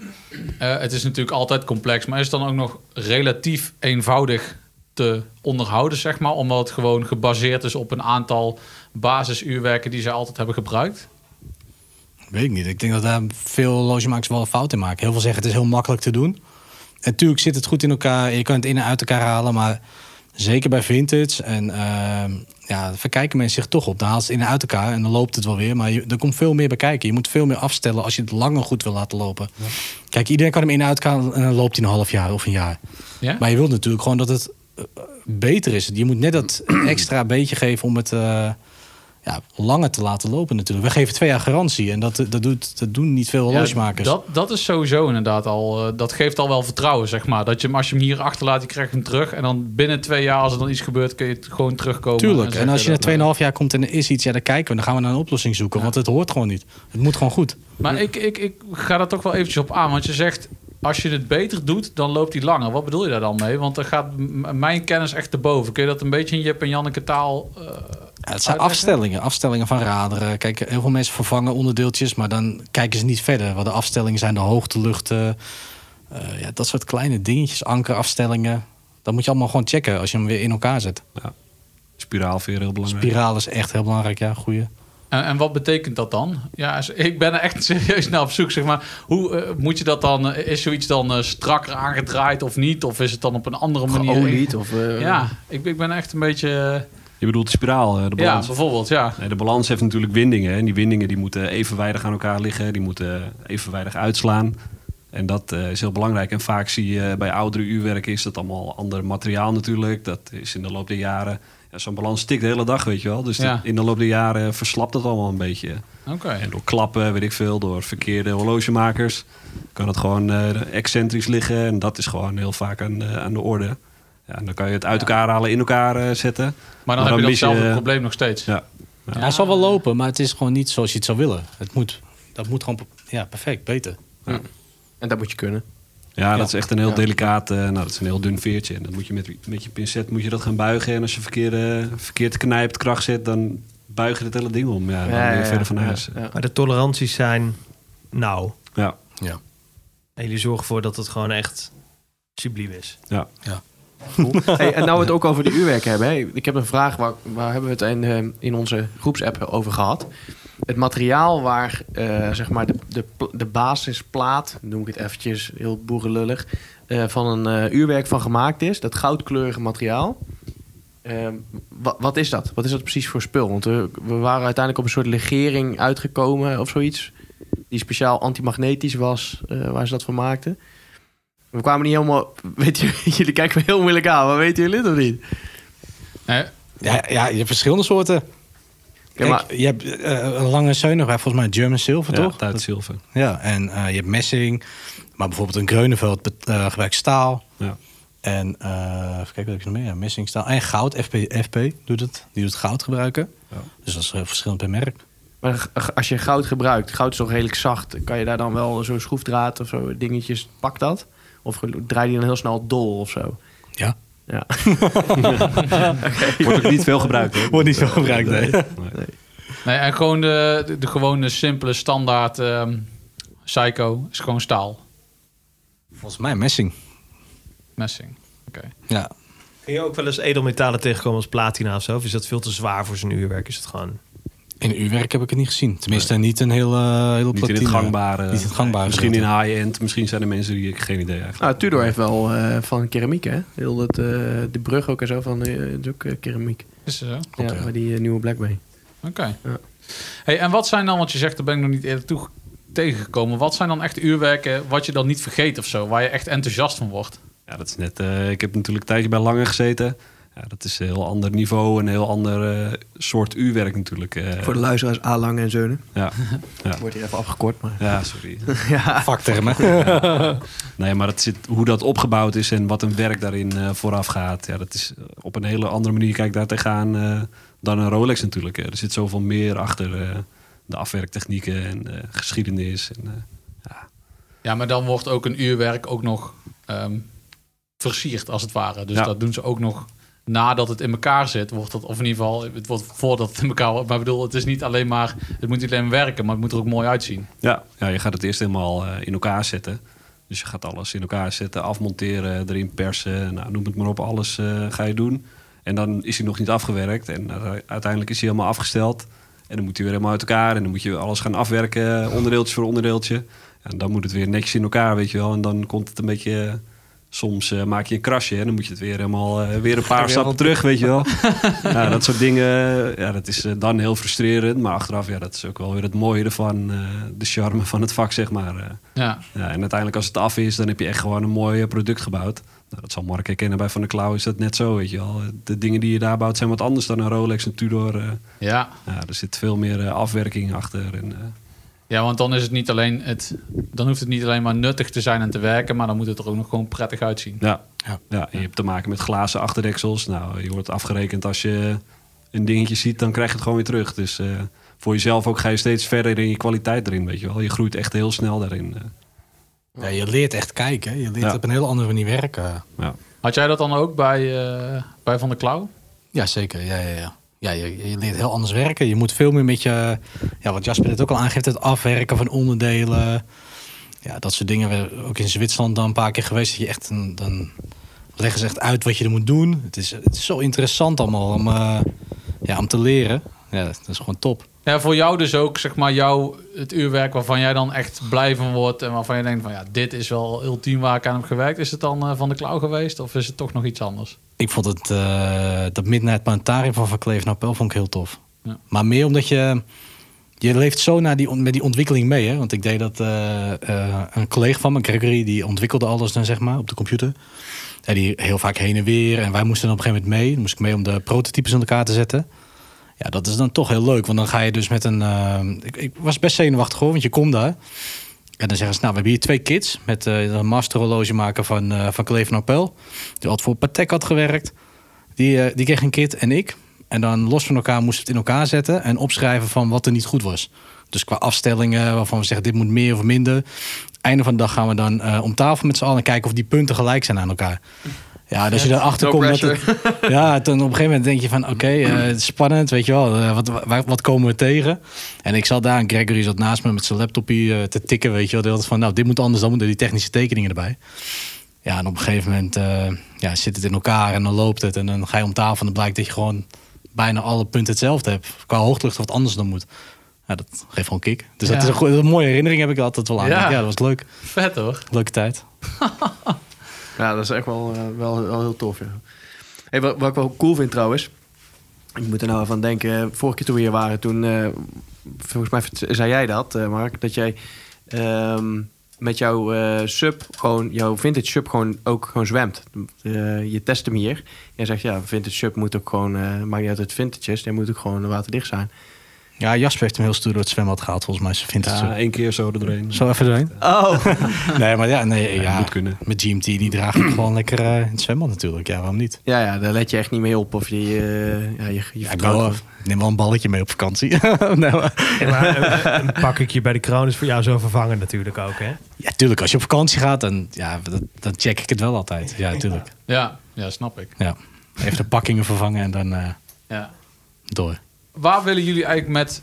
S2: eh, het is natuurlijk altijd complex, maar is het dan ook nog relatief eenvoudig te onderhouden, zeg maar? Omdat het gewoon gebaseerd is op een aantal basisuurwerken die ze altijd hebben gebruikt?
S4: Weet ik niet. Ik denk dat daar veel logemakers wel een fout in maken. Heel veel zeggen het is heel makkelijk te doen. En natuurlijk zit het goed in elkaar. Je kan het in en uit elkaar halen. Maar zeker bij vintage en ehm, ja, daar verkijken mensen zich toch op. Dan haalt ze het in en uit elkaar en dan loopt het wel weer. Maar je, er komt veel meer bij kijken. Je moet veel meer afstellen als je het langer goed wil laten lopen. Kijk, iedereen kan hem in en uit elkaar en dan loopt hij een half jaar of een jaar.
S2: Ja?
S4: Maar je wilt natuurlijk gewoon dat het eh, beter is. Je moet net dat extra beetje geven om het eh, ja, langer te laten lopen natuurlijk. We geven twee jaar garantie en dat, dat, doet, dat doen niet
S2: Ja,
S4: veel horlogemakers.
S2: dat, dat is sowieso inderdaad al. eh, dat geeft al wel vertrouwen, zeg maar. Dat je hem, als je hem hier achterlaat, je krijgt hem terug. En dan binnen twee jaar, als er dan iets gebeurt, kun je het gewoon terugkomen.
S4: Tuurlijk. En
S2: zeggen
S4: als je
S2: dat, eh,
S4: na 2,5 jaar komt en er is iets, ja, dan kijken we. Dan gaan we naar een oplossing zoeken. Want het hoort gewoon niet. Het moet gewoon goed.
S2: Maar ik, ik, ik ga daar toch wel eventjes op aan. Want je zegt, als je het beter doet, dan loopt die langer. Wat bedoel je daar dan mee? Want dan gaat m- mijn kennis echt te boven. Kun je dat een beetje in Jip en Janneke taal... eh,
S4: Ja, het
S2: Uitleggen?
S4: zijn afstellingen. Afstellingen van raderen. Kijk, heel veel mensen vervangen onderdeeltjes, maar dan kijken ze niet verder. Wat de afstellingen zijn, de hoogteluchten. eh, ja, dat soort kleine dingetjes, ankerafstellingen. Dat moet je allemaal gewoon checken als je hem weer in elkaar zet.
S6: Spiraalveer heel belangrijk.
S4: Spiraal is echt heel belangrijk, ja, goeie.
S2: en, en wat betekent dat dan? Ja, is- ik ben er echt serieus naar op zoek, zeg maar. Hoe eh, moet je dat dan... eh, is zoiets dan eh, strakker aangedraaid of niet? Of is het dan op een andere manier...
S5: Geolied of... eh,
S2: Ja, ik, ik ben echt een beetje... eh,
S6: Je bedoelt de spiraal, eh, de
S2: ja,
S6: balans.
S2: bijvoorbeeld, ja.
S6: Nee, de balans heeft natuurlijk windingen. hè. En die windingen die moeten evenwijdig aan elkaar liggen. Die moeten evenwijdig uitslaan. En dat eh, is heel belangrijk. En vaak zie je eh, bij oudere uurwerken is dat allemaal ander materiaal natuurlijk. Dat is in de loop der jaren... Ja, Zo'n balans tikt de hele dag, weet je wel. Dus
S2: Ja.
S6: dat- in de loop der jaren verslapt dat allemaal een beetje.
S2: Oké.
S6: En door klappen, weet ik veel, door verkeerde horlogemakers... kan het gewoon eh, excentrisch liggen. En dat is gewoon heel vaak aan, eh, aan de orde. Ja, en dan kan je het uit elkaar halen, in elkaar eh, zetten.
S2: Maar dan,
S6: dan
S2: heb je eh,
S6: mis je-
S2: datzelfde probleem nog steeds.
S6: Ja.
S4: Hij zal wel lopen, maar het is gewoon niet zoals je het zou willen. Het moet, dat moet gewoon per- ja, perfect, beter.
S5: En dat moet je kunnen.
S6: Ja,
S4: Ja.
S6: dat is echt een heel delicaat, eh, nou dat is een heel dun veertje. En dan moet je met, met je pincet moet je dat gaan buigen. En als je verkeerd, eh, verkeerd knijpt, kracht zet, dan buig je het hele ding om. Ja, dan ben je verder van huis. Ja.
S5: Ja.
S1: Maar de toleranties zijn nou.
S6: Ja.
S4: Ja.
S1: En jullie zorgen ervoor dat het gewoon echt subliem is.
S5: Hey, en nou we het ook over de uurwerken hebben. hè. Ik heb een vraag, waar, waar hebben we het in, eh, in onze groepsapp over gehad? Het materiaal waar eh, zeg maar de, de, pl- de basisplaat, noem ik het eventjes heel boerenlullig, eh, van een eh, uurwerk van gemaakt is. Dat goudkleurige materiaal. Ehm, wa- wat is dat? Wat is dat precies voor spul? Want we, we waren uiteindelijk op een soort legering uitgekomen of zoiets. Die speciaal antimagnetisch was, eh, waar ze dat van maakten. We kwamen niet helemaal. Weet je, jullie kijken me heel moeilijk aan, maar weten jullie dit of niet?
S2: Nee,
S4: Ja, ja, je hebt verschillende soorten.
S5: Ja,
S4: Kijk,
S5: maar,
S4: Je hebt eh, een lange zuinig, volgens mij German Silver, toch?
S6: Duits zilver.
S4: Ja, en eh, je hebt messing, maar bijvoorbeeld een Greuneveld bet- eh, gebruikt staal.
S6: Ja.
S4: En eh even kijken wat heb je nog meer? Ja, messing, staal en goud. FP, FP doet het. Die doet goud gebruiken. Dus dat is heel verschillend per merk.
S5: maar g- als je goud gebruikt, goud is toch redelijk zacht. Kan je daar dan wel zo'n schroefdraad of zo dingetjes, pak dat? Of ge- draai die dan heel snel dol of zo?
S4: Ja.
S5: Ja.
S6: Wordt ook niet veel gebruikt. hè.
S4: Wordt niet veel gebruikt, nee.
S2: Nee, en gewoon de, de, de gewone simpele standaard ehm psycho is gewoon staal.
S4: Volgens mij messing.
S2: Messing. Oké.
S4: Ja.
S1: Kun je ook wel eens edelmetalen tegenkomen als platina of zo? Of is dat veel te zwaar voor zijn uurwerk? Is het gewoon...
S4: In uw werk heb ik het niet gezien. Tenminste, niet een hele, hele
S6: Niet in het
S4: platine.
S6: gangbare.
S4: eh, Niet in het gangbare.
S6: Misschien in
S4: gedeelte.
S6: high-end. Misschien zijn er mensen die ik geen idee eigenlijk.
S5: Nou, Tudor heeft wel eh, van keramiek, hè? Heel dat, eh, de brug ook en zo van eh, het is ook eh, keramiek.
S2: Is het zo? Oké.
S5: ja, maar die eh, nieuwe Blackberry. Ja.
S2: Hey, en wat zijn dan, want je zegt, daar ben ik nog niet eerder toe tegengekomen. Wat zijn dan echt uurwerken wat je dan niet vergeet of zo? Waar je echt enthousiast van wordt?
S6: Ja, dat is net. eh, ik heb natuurlijk een tijdje bij Lange gezeten. Ja, dat is een heel ander niveau, een heel ander eh, soort uurwerk natuurlijk. eh.
S5: Voor de luisteraars A. Lange en Zeunen.
S6: ja. ja.
S5: Wordt hier even afgekort, maar...
S6: ja, sorry.
S4: vaktermen.
S6: Nee, maar het zit, hoe dat opgebouwd is en wat een werk daarin eh, vooraf gaat. Ja, dat is eh, op een hele andere manier kijk ik daar tegenaan eh, dan een Rolex natuurlijk. Eh, Er zit zoveel meer achter eh, de afwerktechnieken en eh, geschiedenis. En, eh,
S2: Ja, maar dan wordt ook een uurwerk ook nog ehm, versierd, als het ware. Dus
S6: Ja.
S2: dat doen ze ook nog nadat het in elkaar zit. Wordt dat, of in ieder geval, het wordt voordat het in elkaar wordt. Maar ik bedoel, het is niet alleen maar, het moet niet alleen werken, maar het moet er ook mooi uitzien.
S6: ja, ja, je gaat het eerst helemaal eh, in elkaar zetten. Dus je gaat alles in elkaar zetten, afmonteren, erin persen. Nou, noem het maar op, alles eh, ga je doen. En dan is hij nog niet afgewerkt. En eh, uiteindelijk is hij helemaal afgesteld. En dan moet hij weer helemaal uit elkaar. En dan moet je alles gaan afwerken, eh, onderdeeltje voor onderdeeltje. En dan moet het weer netjes in elkaar, weet je wel. En dan komt het een beetje eh, Soms eh, maak je een krasje en dan moet je het weer helemaal eh, weer een paar stappen terug, weet je wel. ja, dat soort dingen, ja, dat is eh, dan heel frustrerend. Maar achteraf, ja, dat is ook wel weer het mooie ervan. eh, de charme van het vak, zeg maar. eh.
S2: Ja.
S6: Ja, en uiteindelijk als het af is, dan heb je echt gewoon een mooi eh, product gebouwd. Nou, dat zal Mark herkennen bij Van der Klauw is dat net zo, weet je wel. De dingen die je daar bouwt zijn wat anders dan een Rolex, een Tudor. eh.
S2: Ja.
S6: ja, er zit veel meer eh, afwerking achter. En, eh,
S2: ja, want dan is het niet alleen het. Dan hoeft het niet alleen maar nuttig te zijn en te werken, maar dan moet het er ook nog gewoon prettig uitzien.
S6: ja.
S4: Ja.
S6: Ja. en je hebt te maken met glazen achterdeksels. Nou, je wordt afgerekend als je een dingetje ziet, dan krijg je het gewoon weer terug. Dus eh, voor jezelf ook ga je steeds verder in je kwaliteit erin, weet je wel. Je groeit echt heel snel daarin. eh.
S4: Ja, je leert echt kijken. hè. Je leert
S6: Ja.
S4: op een hele andere manier werken.
S6: ja.
S2: Had jij dat dan ook bij, eh, bij Van der Klauw?
S4: Ja, zeker. Ja, ja, ja. ja je, je leert heel anders werken. Je moet veel meer met je... Ja, wat Jasper net ook al aangeeft, het afwerken van onderdelen. Ja, dat soort dingen. We zijn ook in Zwitserland dan een paar keer geweest. Dat je echt een, dan leggen ze echt uit wat je er moet doen. Het is, het is zo interessant allemaal om, eh, ja, om te leren. Ja, dat is gewoon top.
S2: Ja, voor jou dus ook, zeg maar, jou, het uurwerk waarvan jij dan echt blij van wordt en waarvan je denkt van ja, dit is wel ultiem waar ik aan heb gewerkt. Is het dan eh, Van der Klauw geweest of is het toch nog iets anders?
S4: Ik vond het, eh, dat Midnight Planetarium van Van Kleef naar Pel vond ik heel tof.
S2: Ja.
S4: Maar meer omdat je, je leeft zo naar die, on- met die ontwikkeling mee. Hè? Want ik deed dat, eh, eh, een collega van me, Gregory, die ontwikkelde alles dan zeg maar op de computer. En die heel vaak heen en weer. En wij moesten dan op een gegeven moment mee. Dan moest ik mee om de prototypes aan elkaar te zetten. Ja, dat is dan toch heel leuk. Want dan ga je dus met een... eh, ik, ik was best zenuwachtig hoor, want je komt daar. En dan zeggen ze, nou, we hebben hier twee kids met eh een masterhorlogemaker van, eh van Cleven Appel. Die had voor Patek had gewerkt. Die, eh, die kreeg een kit en ik. En dan los van elkaar moesten we het in elkaar zetten en opschrijven van wat er niet goed was. Dus qua afstellingen waarvan we zeggen dit moet meer of minder. Einde van de dag gaan we dan eh, om tafel met z'n allen en kijken of die punten gelijk zijn aan elkaar. Ja, dus je daarachter
S5: No
S4: komt dat het, ja, dan op een gegeven moment denk je van oké, eh, het is spannend, weet je wel, eh, wat, waar- wat komen we tegen? En ik zat daar en Gregory zat naast me met zijn laptopje eh, te tikken, weet je wel. Die had van nou, dit moet anders, dan moeten die technische tekeningen erbij. Ja, en op een gegeven moment eh, ja, zit het in elkaar en dan loopt het. En dan ga je om tafel en dan blijkt dat je gewoon bijna alle punten hetzelfde hebt. Qua hooglucht wat anders dan moet. Ja, dat geeft gewoon kick. Dus
S2: Ja.
S4: dat is een, goe- een mooie herinnering heb ik altijd wel aan.
S2: Ja.
S4: Ja, dat was leuk.
S2: Vet hoor.
S4: Leuke tijd.
S5: Ja, dat is echt wel, eh, wel, wel heel tof. Ja. Hey, wat, wat ik wel cool vind trouwens. Ik moet er nou even aan denken. Vorige keer toen we hier waren, toen. eh, volgens mij vert- zei jij dat, eh, Mark. Dat jij ehm, met jouw eh, sub, gewoon, jouw vintage sub, gewoon ook gewoon zwemt. Eh, je test hem hier. Jij zegt ja, vintage sub moet ook gewoon. eh maakt niet uit dat het vintage is, die moet ook gewoon waterdicht zijn.
S4: Ja, Jasper heeft hem heel stoer door het zwembad gehaald. Volgens mij vindt het
S6: Ja,
S4: zo.
S6: één keer zo erdoorheen.
S4: Zo even doorheen.
S5: Oh!
S4: Nee, maar ja, nee, ja,
S6: Ja, moet kunnen.
S4: met GMT die draag ik gewoon lekker eh, in het zwembad natuurlijk. Ja, waarom niet?
S5: ja, ja, daar let je echt niet mee op. Of je. eh, ja, je, je
S4: Ja, ik
S5: vertrouwt
S4: wil-
S5: gewoon.
S4: neem wel een balletje mee op vakantie. nee, maar-
S1: Een pakketje bij de kroon is voor jou zo vervangen natuurlijk ook, hè?
S4: ja, tuurlijk. Als je op vakantie gaat, dan, ja, dat, dan check ik het wel altijd. Ja, tuurlijk.
S2: Ja, ja snap ik.
S4: Ja. Even de pakkingen vervangen en dan eh,
S2: Ja.
S4: door.
S2: Waar willen jullie eigenlijk met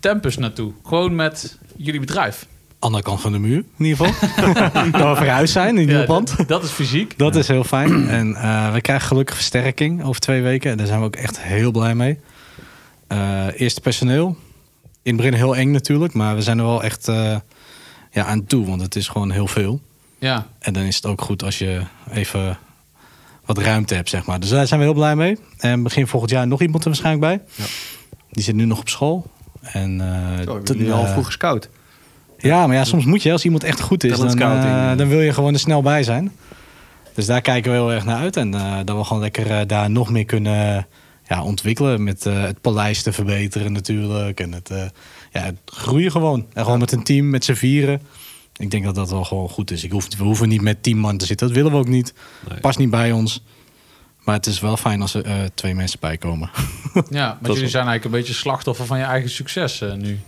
S2: Tempus naartoe? Gewoon met jullie bedrijf.
S4: Andere kant van de muur, in ieder geval. dat we verhuisd zijn in
S2: Ja,
S4: nieuw pand.
S2: Dat, dat is fysiek.
S4: Dat is heel fijn. En eh, we krijgen gelukkig versterking over twee weken. En daar zijn we ook echt heel blij mee. Eh eerste personeel. In het begin heel eng natuurlijk. Maar we zijn er wel echt eh, ja, aan toe. Want het is gewoon heel veel.
S2: Ja.
S4: En dan is het ook goed als je even wat ruimte hebt, zeg maar. Dus daar zijn we heel blij mee. En begin volgend jaar nog iemand er waarschijnlijk bij. Die zit nu nog op school. En, eh,
S5: Zo, ik
S4: te-
S5: ben nu al
S4: eh,
S5: vroeg gescout.
S4: ja, maar ja, soms moet je. Als iemand echt goed is, dan,
S6: Talent scouting.
S4: eh, dan wil je gewoon er snel bij zijn. Dus daar kijken we heel erg naar uit. En eh, dat we gewoon lekker eh, daar nog meer kunnen ja, ontwikkelen. Met eh, het paleis te verbeteren natuurlijk. En het, eh, ja, het groeien gewoon. En gewoon met een team, met z'n vieren. Ik denk dat dat wel gewoon goed is. Ik hoef, we hoeven niet met tien man te zitten. Dat willen we ook niet.
S6: Nee.
S4: Past niet bij ons. Maar het is wel fijn als er eh, twee mensen bij komen.
S2: Ja, want jullie
S4: wel-
S2: zijn eigenlijk een beetje slachtoffer van je eigen succes eh, nu.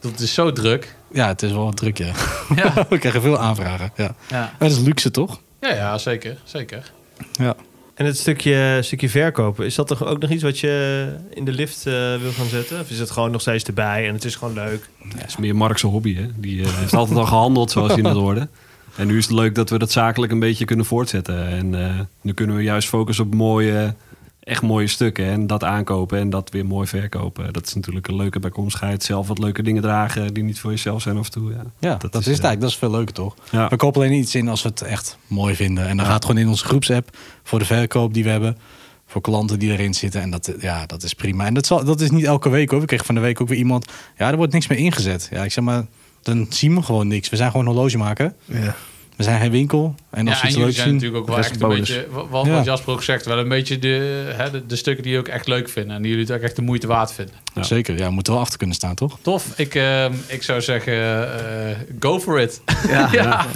S2: Dat is zo druk.
S4: ja, het is wel wat druk, ja.
S2: Ja.
S4: we krijgen veel aanvragen. Ja.
S2: Ja,
S4: Maar dat is luxe, toch?
S2: ja, ja zeker. zeker.
S4: Ja.
S1: En het stukje, stukje verkopen, is dat toch ook nog iets wat je in de lift eh, wil gaan zetten? Of is het gewoon nog steeds erbij en het is gewoon leuk?
S6: Het is meer Mark's hobby, hè? Die eh, heeft altijd al gehandeld, zoals je net hoorde. En nu is het leuk dat we dat zakelijk een beetje kunnen voortzetten. En eh, nu kunnen we juist focussen op mooie echt mooie stukken. En dat aankopen en dat weer mooi verkopen. Dat is natuurlijk een leuke bijkomstigheid. Zelf wat leuke dingen dragen die niet voor jezelf zijn af en toe. Ja,
S4: Ja, dat, is het
S6: eh,
S4: eigenlijk. Dat is veel leuker, toch?
S6: Ja.
S4: We kopen alleen iets in als we het echt mooi vinden. En dan gaat het gewoon in onze groepsapp voor de verkoop die we hebben. Voor klanten die erin zitten. En dat, ja, dat is prima. En dat, zal, dat is niet elke week hoor. We kregen van de week ook weer iemand. Ja, er wordt niks meer ingezet. Ja, ik zeg maar, dan zien we gewoon niks. We zijn gewoon horlogemaker.
S5: Ja.
S4: We zijn geen winkel. En
S2: ja,
S4: als we
S2: en
S4: iets
S2: jullie
S4: leuks
S2: zijn
S4: zien...
S2: natuurlijk ook wel
S5: dat is
S2: echt
S5: een
S2: een
S5: bonus.
S2: beetje, wa- wat,
S4: Ja.
S2: wat Jasper ook zegt, wel een beetje de, hè, de, de stukken die je ook echt leuk vindt. En die jullie het ook echt de moeite waard vinden.
S6: Ja.
S4: Zeker, ja, we moeten wel achter kunnen staan, toch?
S2: Tof, ik, ehm, ik zou zeggen, eh, go for it.
S5: Ja.
S2: ja.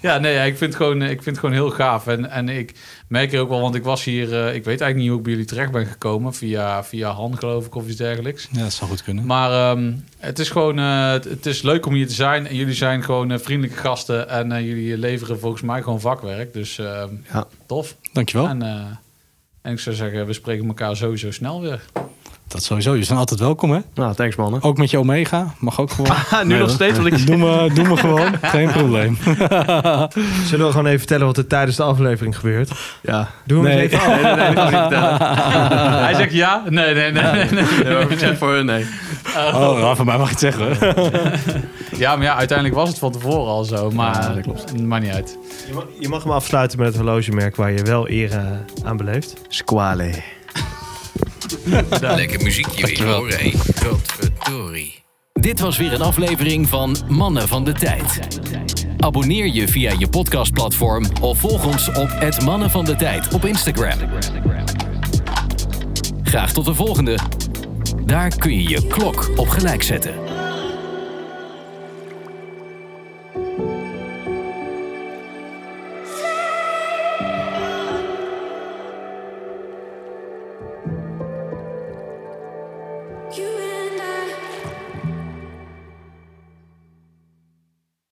S2: ja, nee, ja, ik vind het gewoon, ik vind het gewoon heel gaaf. En, en ik merk er ook wel, want ik was hier, eh, ik weet eigenlijk niet hoe ik bij jullie terecht ben gekomen. Via, via Han, geloof ik, of iets dergelijks.
S4: Ja, dat zou goed kunnen.
S2: Maar ehm, het is gewoon, eh, het- het is leuk om hier te zijn. En jullie zijn gewoon eh, vriendelijke gasten. En eh, jullie leveren volgens mij gewoon vakwerk. Dus ehm,
S5: Ja.
S2: tof.
S4: Dankjewel.
S2: En, eh, en ik zou zeggen, we spreken elkaar sowieso snel weer.
S4: Dat sowieso. Je zijn altijd welkom, hè?
S5: Nou, thanks mannen.
S4: Ook met je Omega. Mag ook gewoon.
S5: nu nog steeds wil ik...
S4: Doe me, doe me gewoon. Geen probleem.
S1: Zullen we gewoon even vertellen wat er tijdens de aflevering gebeurt?
S5: Ja.
S1: Doen we
S4: Nee.
S1: even
S5: Nee, nee, nee, dat wil ik niet vertellen. Ah.
S2: Hij zegt ja? Nee, nee, nee. nee, nee.
S5: Nee, maar ik zeg voor hun, nee.
S4: Oh, ja, van mij mag je het zeggen. hè?
S2: Ja, maar ja, uiteindelijk was het van tevoren al zo. Maar,
S5: Ja, dat klopt.
S2: Maakt niet uit.
S1: Je mag, je mag hem afsluiten met het horlogemerk waar je wel eer eh, aan beleeft.
S5: Squale.
S3: Lekker muziekje weer hoor, hé. Godverdorie. Dit was weer een aflevering van Mannen van de Tijd. Abonneer je via je podcastplatform of volg ons op het Mannen van de Tijd op Instagram. Graag tot de volgende. Daar kun je je klok op gelijk zetten.